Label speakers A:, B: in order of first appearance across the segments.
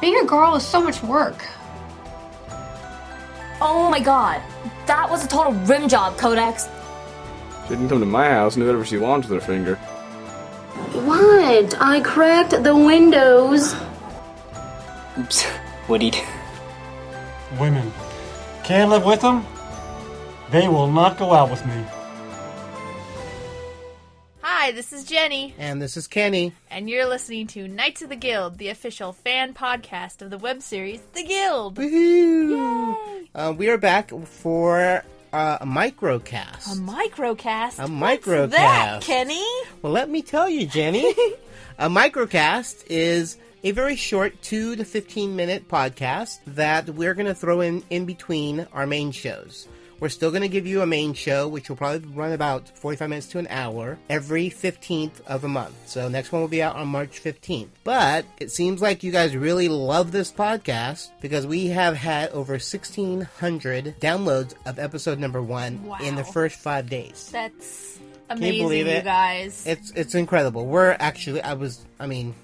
A: Being a girl is so much work.
B: Oh my god, that was a total rim job, Codex.
C: She didn't come to my house, knew whatever she wanted with her finger.
D: What? I cracked the windows.
E: Oops. What'd he do?
F: Women. Can't live with them? They will not go out with me.
G: Hi, this is Jenny,
H: And this is Kenny.
G: and you're listening to Knights of the Guild, the official fan podcast of the web series The Guild.
H: Woohoo! Uh, we are back for uh, a microcast.
G: A microcast.
H: A
G: What's that,
H: microcast.
G: Kenny?
H: Well, let me tell you, Jenny. a microcast is a very short 2 to 15 minute podcast that we're going to throw in in between our main shows. We're still going to give you a main show, which will probably run about 45 minutes to an hour every 15th of a month. So, next one will be out on March 15th. But it seems like you guys really love this podcast because we have had over 1,600 downloads of episode number one in the
G: Wow.
H: first five days.
G: That's
H: Can
G: amazing,
H: you believe it?
G: guys.
H: It's it's incredible. We're actually I was I mean,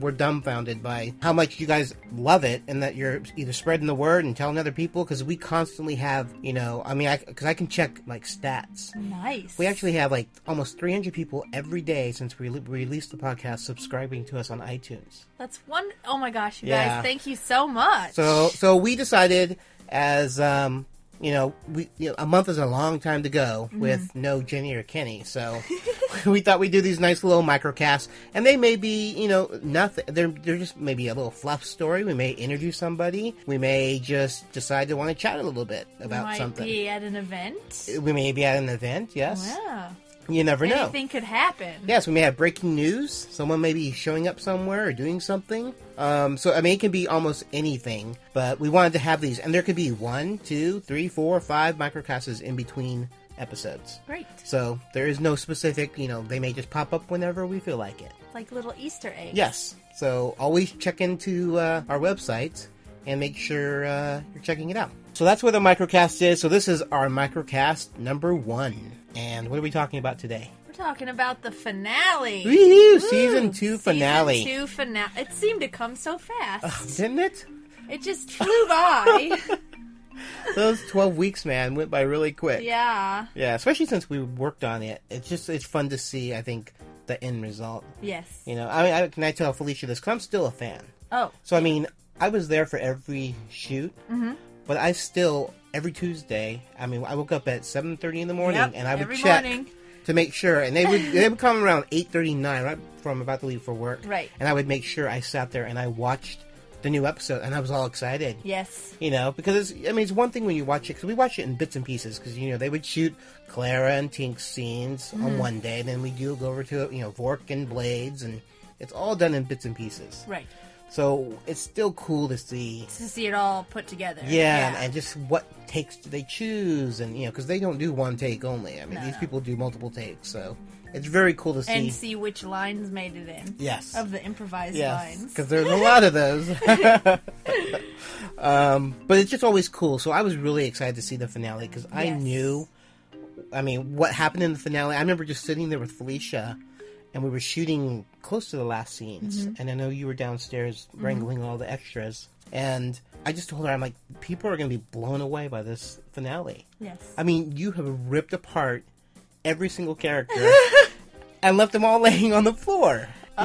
H: we're dumbfounded by how much you guys love it and that you're either spreading the word and telling other people because we constantly have, you know, I mean, I cuz I can check like stats.
G: nice.
H: We actually have like almost 300 people every day since we re- released the podcast subscribing to us on iTunes.
G: That's one oh my gosh, you
H: Yeah.
G: guys, thank you so much.
H: So so we decided as um you know, we you know, a month is a long time to go
G: Mm-hmm.
H: with no Jenny or Kenny. So we thought we'd do these nice little microcasts, and they may be you know nothing. They're they're just maybe a little fluff story. We may interview somebody. We may just decide to want to chat a little bit about
G: might
H: something.
G: be at an event.
H: We may be at an event. Yes,
G: Yeah.
H: you never know.
G: Anything could happen.
H: Yes, we may have breaking news. Someone may be showing up somewhere or doing something. Um, so, I mean, it can be almost anything, but we wanted to have these. And there could be one, two, three, four, five microcasts in between episodes.
G: Great.
H: So, there is no specific, you know, they may just pop up whenever we feel like it.
G: Like little Easter eggs.
H: Yes. So, always check into uh, our website and make sure uh, you're checking it out. So, that's where the microcast is. So, this is our microcast number one. And what are we talking about today?
G: We're talking about the finale.
H: Woohoo! Season two finale.
G: Season two finale. It seemed to come so fast.
H: Didn't it?
G: it just flew by.
H: Those 12 weeks, man, went by really quick.
G: yeah.
H: Yeah, especially since we worked on it. It's just, it's fun to see, I think, the end result.
G: Yes.
H: You know, I, I can I tell Felicia this? Because I'm still a fan.
G: Oh.
H: So, I mean, I was there for every shoot,
G: Mm-hmm.
H: but I still, every Tuesday, I mean, I woke up at 7.30 in the morning
G: Yep,
H: and I would
G: every
H: check.
G: morning.
H: To make sure, and they would they would come around eight thirty nine, right before I'm about to leave for work.
G: Right.
H: and I would make sure I sat there and I watched the new episode, and I was all excited.
G: Yes.
H: You know, because it's, I mean, it's one thing when you watch it, because we watch it in bits and pieces, because, you know, they would shoot Clara and Tink's scenes on one day, and then we do go over to, you know, Vork and Blades, and it's all done in bits and pieces.
G: Right.
H: So it's still cool to see.
G: To see it all put together.
H: Yeah, and just what takes do they choose, and, you know, because they don't do one take only. I mean, these people do multiple takes, so it's very cool to see.
G: And see which lines made it in.
H: Yes.
G: Of the improvised
H: Yes,
G: lines.
H: because there's a lot of those. um, but it's just always cool. So I was really excited to see the finale because I
G: Yes.
H: knew, I mean, what happened in the finale. I remember just sitting there with Felicia, and we were shooting close to the last scenes.
G: Mm-hmm.
H: And I know you were downstairs wrangling all the extras. And I just told her, I'm like, people are going to be blown away by this finale.
G: Yes.
H: I mean, you have ripped apart every single character and left them all laying on the floor. You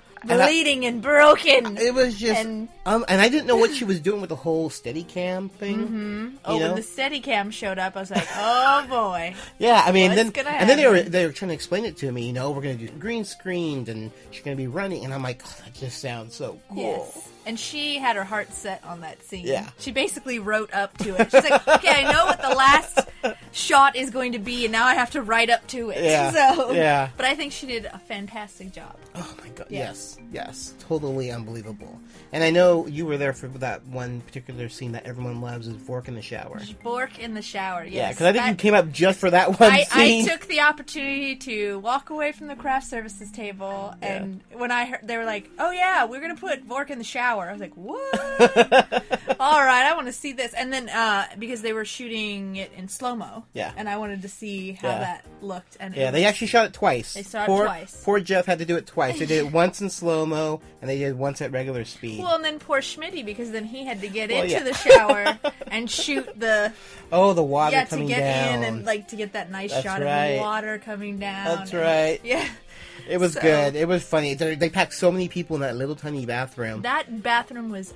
G: Oh. Bleeding and broken.
H: It was just,
G: And-
H: um, and I didn't know what she was doing with the whole Steadicam thing. Mm-hmm.
G: oh, when the Steadicam showed up, I was like, oh boy.
H: yeah, I mean,
G: what's
H: then
G: gonna
H: and then they were
G: happen?
H: they were trying to explain it to me. You know, we're gonna do green screens and she's gonna be running, and I'm like, oh, that just sounds so cool.
G: Yes. And she had her heart set on that scene.
H: Yeah.
G: She basically wrote up to it. She's like, okay, I know what the last shot is going to be, and now I have to write up to it.
H: Yeah.
G: So,
H: Yeah.
G: But I think she did a fantastic job.
H: Oh my god,
G: Yeah.
H: yes, yes, totally unbelievable. And I know you were there for that one particular scene that everyone loves is Vork in the shower.
G: Bork in the shower. Yes.
H: Yeah, because I think you
G: That-
H: came up just for that one
G: I, I
H: scene.
G: took the opportunity to walk away from the craft services table, and when I heard they were like, "Oh yeah, we're gonna put Vork in the shower," I was like, "What? All right, I want to see this." And then uh, because they were shooting it in slow mo, show.
H: Yeah.
G: And I wanted to see how
H: Yeah.
G: that looked. And
H: Yeah, they actually shot it twice. They
G: saw it
H: poor,
G: twice.
H: Poor Jeff had to do it twice. They did it once in slow mo, and they did once at regular speed.
G: Well, and then poor Schmitty because then he had to get
H: Well,
G: into
H: yeah.
G: the shower and shoot the
H: oh, the water
G: yeah to
H: coming
G: get
H: down.
G: in and like to get that nice
H: That's
G: shot of
H: right.
G: the water coming down.
H: That's
G: And-
H: right.
G: Yeah.
H: It was
G: So-
H: good. It was funny. They, they packed so many people in that little tiny bathroom.
G: That bathroom was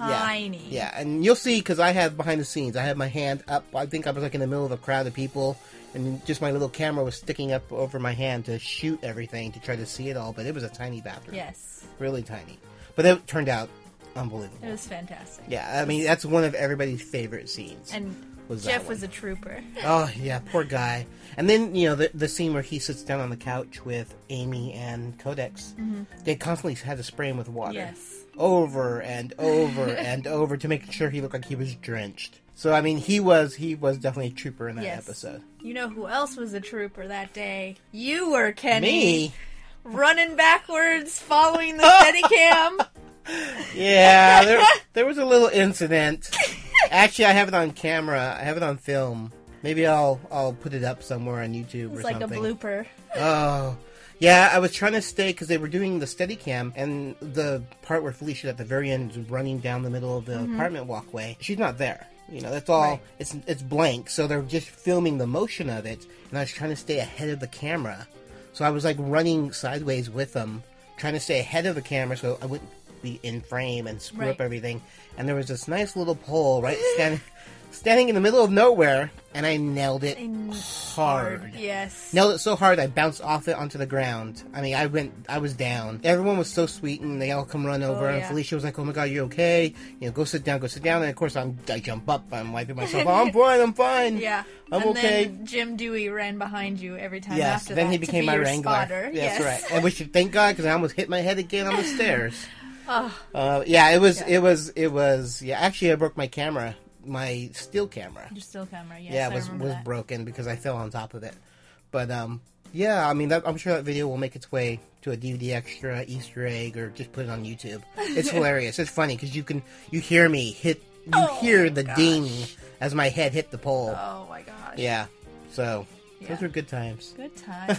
H: Yeah.
G: tiny.
H: Yeah, and you'll see because I have behind the scenes. I had my hand up. I think I was like in the middle of a crowd of people, and just my little camera was sticking up over my hand to shoot everything to try to see it all. But it was a tiny bathroom.
G: Yes.
H: really tiny. But it turned out unbelievable.
G: It was fantastic.
H: Yeah, I mean that's one of everybody's favorite scenes.
G: And
H: Was that
G: Jeff
H: one.
G: was a trooper.
H: oh yeah, poor guy. And then you know the the scene where he sits down on the couch with Amy and Codex. They constantly had to spray him with water.
G: Mm-hmm. Yes.
H: Over and over and over to make sure he looked like he was drenched. So I mean he was he was definitely a trooper in that
G: Yes.
H: episode.
G: You know who else was a trooper that day? You were Kenny.
H: Me?
G: running backwards, following the Steadicam.
H: Yeah, there there was a little incident. Actually I have it on camera. I have it on film. Maybe I'll I'll put it up somewhere on YouTube or
G: It's like
H: something.
G: a blooper.
H: Oh. Yeah, I was trying to stay because they were doing the steady cam, and the part where Felicia at the very end is running down the middle of the apartment walkway, she's not there. You know, that's all. It's it's blank, so they're just filming the motion of it, and I was trying to stay ahead of the camera, so I was like running sideways with them, trying to stay ahead of the camera so I wouldn't be in frame and screw up
G: Right.
H: everything. And there was this nice little pole right standing standing in the middle of nowhere, and I nailed it hard.
G: Yes.
H: Nailed it so hard I bounced off it onto the ground. I mean, I went, I was down. Everyone was so sweet, and they all come run over. And
G: yeah.
H: Felicia was like, "Oh my god, you're okay? You know, go sit down, go sit down." And of course, I'm, I jump up, I'm wiping myself. oh, I'm fine, I'm fine.
G: Yeah.
H: I'm
G: and
H: okay.
G: then Jim Dewey ran behind you every time
H: yes.
G: after
H: Then
G: that
H: he
G: to
H: became
G: be
H: my
G: your
H: wrangler.
G: spotter.
H: Yes,
G: Yes,
H: right. And we should thank God because I almost hit my head again on the stairs.
G: Oh.
H: Uh, yeah, it was, it was, it was. Yeah, actually, I broke my camera, my still camera.
G: Your still camera. Yes,
H: yeah,
G: I
H: it was
G: remember
H: was
G: that.
H: broken because I fell on top of it. But um, yeah, I mean, that, I'm sure that video will make its way to a DVD extra, Easter egg, or just put it on YouTube. It's hilarious. It's funny because you can you hear me hit, you hear the ding as my head hit the pole.
G: Oh my gosh.
H: Yeah, so those
G: Yeah.
H: were good times.
G: Good time.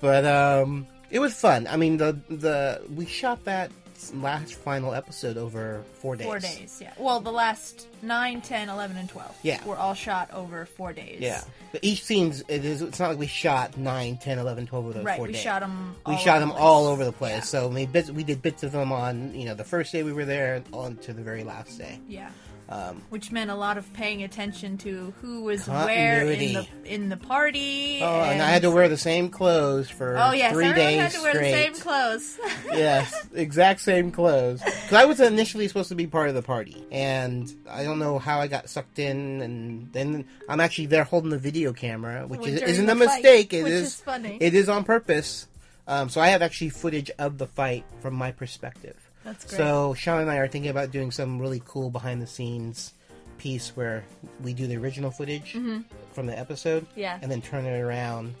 H: But um, it was fun. I mean, the the we shot that last final episode over four days.
G: four days. Yeah. Well, the last 9, 10, 11, and 12
H: Yeah.
G: were all shot over four days.
H: Yeah. But each scene's it is it's not like we shot 9, 10, 11, 12 of those
G: Right,
H: four
G: we
H: days.
G: shot 'em
H: We
G: all
H: shot
G: over
H: them
G: the
H: all
G: place.
H: over the place. So we bits, we did bits of them on, you know, the first day we were there and on to the very last day.
G: Yeah.
H: Um,
G: Which meant a lot of paying attention to who was where in
H: Continuity.
G: the in the party.
H: Oh, and, I had to wear the same clothes for
G: Oh yes,
H: three
G: everyone
H: days
G: had to wear
H: straight.
G: the same clothes.
H: yes, exact same clothes. Because I was initially supposed to be part of the party, and I don't know how I got sucked in. And then I'm actually there holding the video camera, which
G: Well,
H: is,
G: during
H: isn't
G: the
H: a
G: fight,
H: mistake. It
G: which
H: is
G: is funny.
H: It is on purpose. Um, so I have actually footage of the fight from my perspective.
G: That's great.
H: So Sean and I are thinking about doing some really cool behind the scenes piece where we do the original footage
G: Mm-hmm.
H: from the episode,
G: Yeah.
H: and then turn it around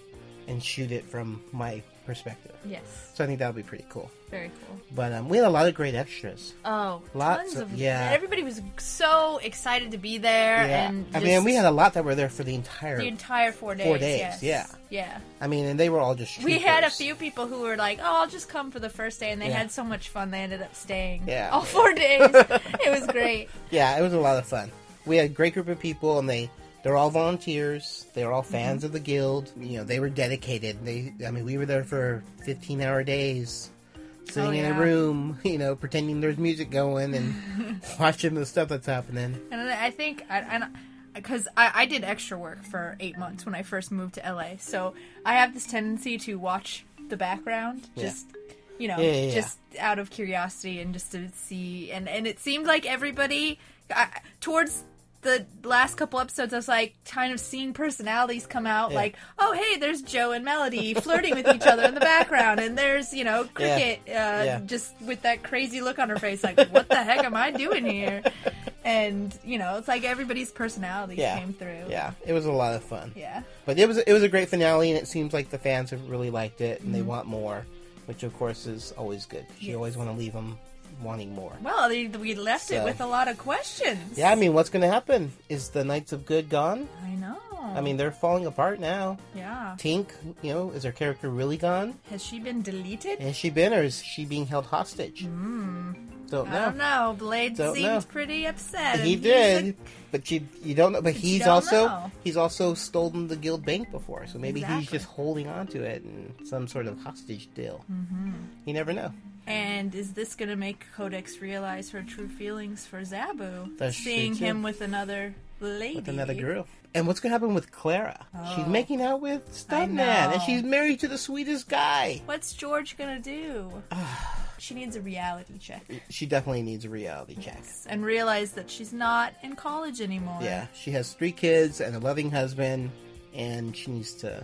H: and shoot it from my perspective.
G: yes,
H: So I think that would be pretty cool.
G: very cool.
H: But um, we had a lot of great extras.
G: Oh,
H: Lots
G: tons
H: of-
G: of,
H: yeah.
G: Everybody was so excited to be there, Uh, and
H: I
G: just
H: mean, we had a lot that were there for the entire.
G: the entire four days.
H: Four days,
G: yes.
H: yeah.
G: yeah.
H: I mean, and they were all just.
G: We had a
H: troopers.
G: few people who were like, "Oh, I'll just come for the first day," and they
H: Yeah.
G: had so much fun. They ended up staying.
H: Yeah.
G: all four days. it was great.
H: Yeah, it was a lot of fun. We had a great group of people, and they they're all volunteers. They're
G: Mm-hmm.
H: all fans of the guild. You know, they were dedicated. They, I mean, we were there for fifteen hour days, sitting in a
G: Oh, yeah.
H: room, you know, pretending there's music going and watching the stuff that's happening.
G: And I think, I- and because I, I did extra work for eight months when I first moved to LA, so I have this tendency to watch the background, just you know,
H: Yeah, yeah, yeah.
G: just out of curiosity and just to see. And and it seemed like everybody I, towards. The last couple episodes, I was like kind of seeing personalities come out, like, oh, hey, there's Joe and Melody flirting with each other in the background, and there's, you know, Cricket uh,
H: Yeah.
G: just with that crazy look on her face, like, what the heck am I doing here? and you know it's like everybody's personality
H: Yeah,
G: came through
H: Yeah, it was a lot of fun.
G: yeah
H: But it was it was a great finale, and it seems like the
G: Mm-hmm.
H: fans have really liked it, and they want more, which of course is always good. 'cause You always want to leave them wanting more.
G: Well, they- we left it
H: So-
G: with a lot of questions.
H: Yeah, I mean, what's going to happen? Is the Knights of Good gone?
G: I know.
H: I mean, they're falling apart now.
G: yeah.
H: Tink, you know, is her character really gone?
G: Has she been deleted?
H: Has she been, or is she being held hostage? Mm. Don't
G: I don't
H: know.
G: know. Blade
H: Don't
G: seemed
H: know.
G: pretty upset. and
H: He
G: he's
H: did,
G: like,
H: but you you don't know. But
G: you
H: he's
G: don't
H: also
G: know.
H: he's also stolen the guild bank before, so maybe he's
G: Exactly.
H: just holding on to it in some sort of hostage deal. Mm-hmm. You never know.
G: and is this going to make Codex realize her true feelings for Zabu?
H: That's true,
G: Seeing
H: too.
G: him with another lady.
H: With another girl. And what's gonna happen with Clara? She's making out with Stuntman,
G: Oh. know.
H: and she's married to the sweetest guy.
G: What's George going to do? she needs a reality check
H: She definitely needs a reality check.
G: and realize that she's not in college anymore.
H: Yeah, she has three kids and a loving husband, and she needs to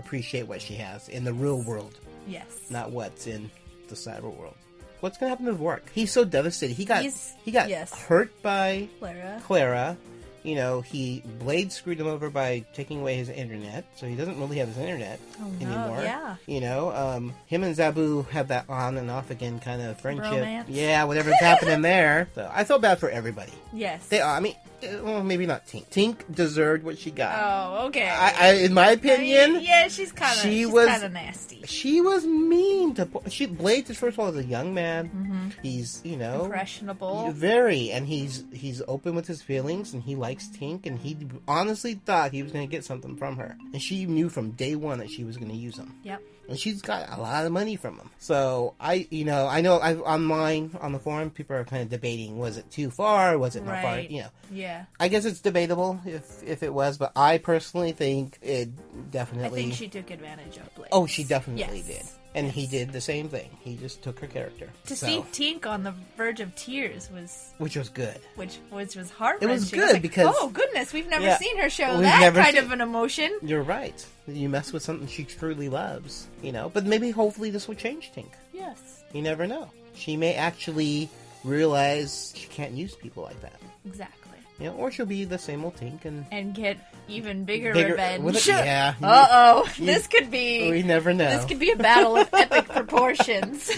H: appreciate what she has in the real world,
G: Yes.
H: not what's in the cyber world. What's gonna happen with Vork? He's so devastated. He got
G: He's-
H: he got
G: yes.
H: hurt by
G: Clara.
H: Clara. You know, he Blade screwed him over by taking away his internet, so he doesn't really have his internet anymore.
G: Oh, yeah.
H: You know, um, him and Zabu have that on and off again kind of friendship.
G: Romance.
H: Yeah, whatever's happening there. So I feel bad for everybody.
G: Yes.
H: They are. I mean, eh, well, maybe not Tink. Tink deserved what she got.
G: Oh, okay.
H: I, I, in my opinion,
G: yeah, she's kind of
H: she
G: she's
H: was-
G: kind of nasty.
H: she was mean to. Po- She Blades is first of all is a young man. He's you know
G: Mm-hmm. Impressionable.
H: very, and he's he's open with his feelings, and he likes Tink, and he honestly thought he was going to get something from her, and she knew from day one that she was going to use him.
G: Yep.
H: And she's got a lot of money from him. So I, you know, I know I, online on the forum, people are kind of debating: was it too far? Was it not far?
G: Right.
H: You know,
G: Yeah.
H: I guess it's debatable if if it was, but I personally think it definitely.
G: I think she took advantage of Blake.
H: oh, she definitely
G: Yes.
H: did, and he did the same thing. He just took her character,
G: To
H: So-
G: see Tink on the verge of tears was,
H: which was good.
G: which which was heart.
H: good because-
G: oh goodness, we've never
H: Yeah.
G: seen her show
H: We've
G: that
H: never
G: kind
H: seen-
G: of an emotion.
H: You're right. You mess with something she truly loves, you know. But maybe, hopefully, this will change Tink.
G: Yes,
H: You never know. She may actually realize she can't use people like that,
G: exactly.
H: you know, or she'll be the same old Tink and
G: And get even bigger,
H: Bigger-
G: revenge.
H: with it- yeah.
G: Uh oh, this could be
H: we never know.
G: this could be a battle of epic proportions.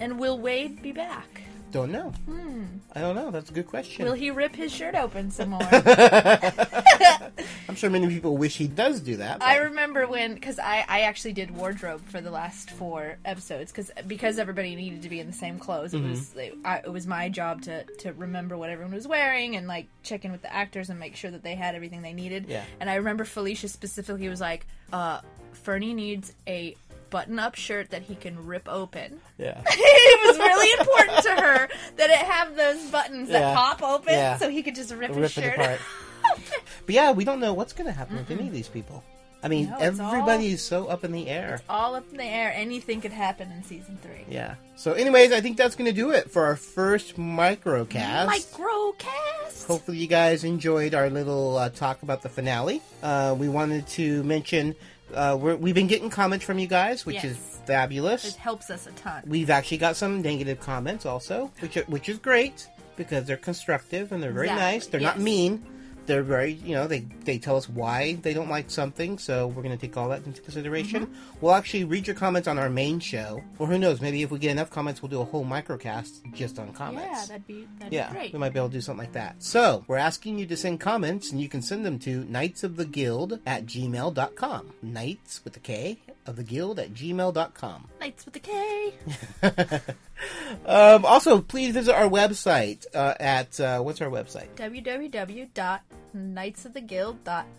G: and will Wade be back?
H: Don't know. I don't know. That's a good question.
G: Hmm. Will he rip his shirt open some more?
H: I'm sure many people wish he does do that.
G: I
H: but-
G: remember when because I, I actually did wardrobe for the last four episodes because because everybody needed to be in the same clothes. It was like, I, it was my job to to remember what everyone was wearing and like check in with the actors and make sure that they had everything they needed.
H: Yeah.
G: And I remember Felicia specifically was like, uh, "Fernie needs a." Button up shirt that he can rip open.
H: yeah.
G: it was really important to her that it have those buttons that
H: Yeah.
G: pop open
H: Yeah.
G: so he could just rip,
H: rip
G: his
H: it
G: shirt
H: apart. but yeah, we don't know what's going to happen with any of these people. I mean,
G: No, it's all-
H: everybody is so up in the air.
G: all up in the air. Anything could happen in season three.
H: Yeah. So, anyways, I think that's going to do it for our first microcast.
G: Microcast.
H: Hopefully, you guys enjoyed our little uh, talk about the finale. Uh, we wanted to mention uh, we're, we've been getting comments from you guys, which is
G: Yes.
H: fabulous.
G: It helps us a ton.
H: We've actually got some negative comments also, which are, which is great because they're constructive and they're very
G: Exactly,
H: nice. They're not
G: yes.
H: mean. They're very, you know, they they tell us why they don't like something, so we're going to take all that into consideration.
G: Mm-hmm.
H: We'll actually read your comments on our main show, or who knows, maybe if we get enough comments, we'll do a whole microcast just on
G: yeah,
H: comments.
G: that'd be that'd
H: Yeah,
G: be great.
H: we might be able to do something like that. So, we're asking you to send comments, and you can send them to Knights of the Guild at gmail.com. Knights with a K of the Guild at gmail.com.
G: Knights with a K.
H: Um, also, please visit our website uh, at uh, what's our website?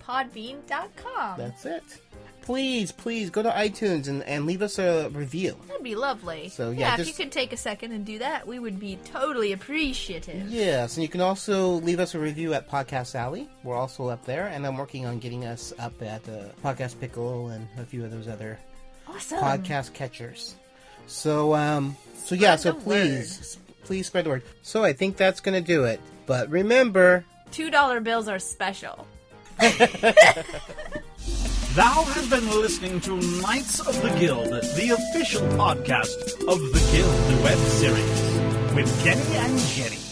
G: www.knightsoftheguild.podbean.com.
H: That's it. Please, please go to iTunes and, and leave us a review.
G: That'd be lovely.
H: So, yeah,
G: if
H: just-
G: you could take a second and do that, we would be totally appreciative.
H: Yes, and you can also leave us a review at Podcast Alley. We're also up there, and I'm working on getting us up at uh, Podcast Pickle and a few of those other
G: Awesome.
H: podcast catchers. So, um, so yeah, so
G: Spread the
H: please, s- please spread the word. So I think that's gonna do it. But remember,
G: Two dollar bills are special.
I: Thou has been listening to Knights of the Guild, the official podcast of the Guild web series, with Kenny and Jenny.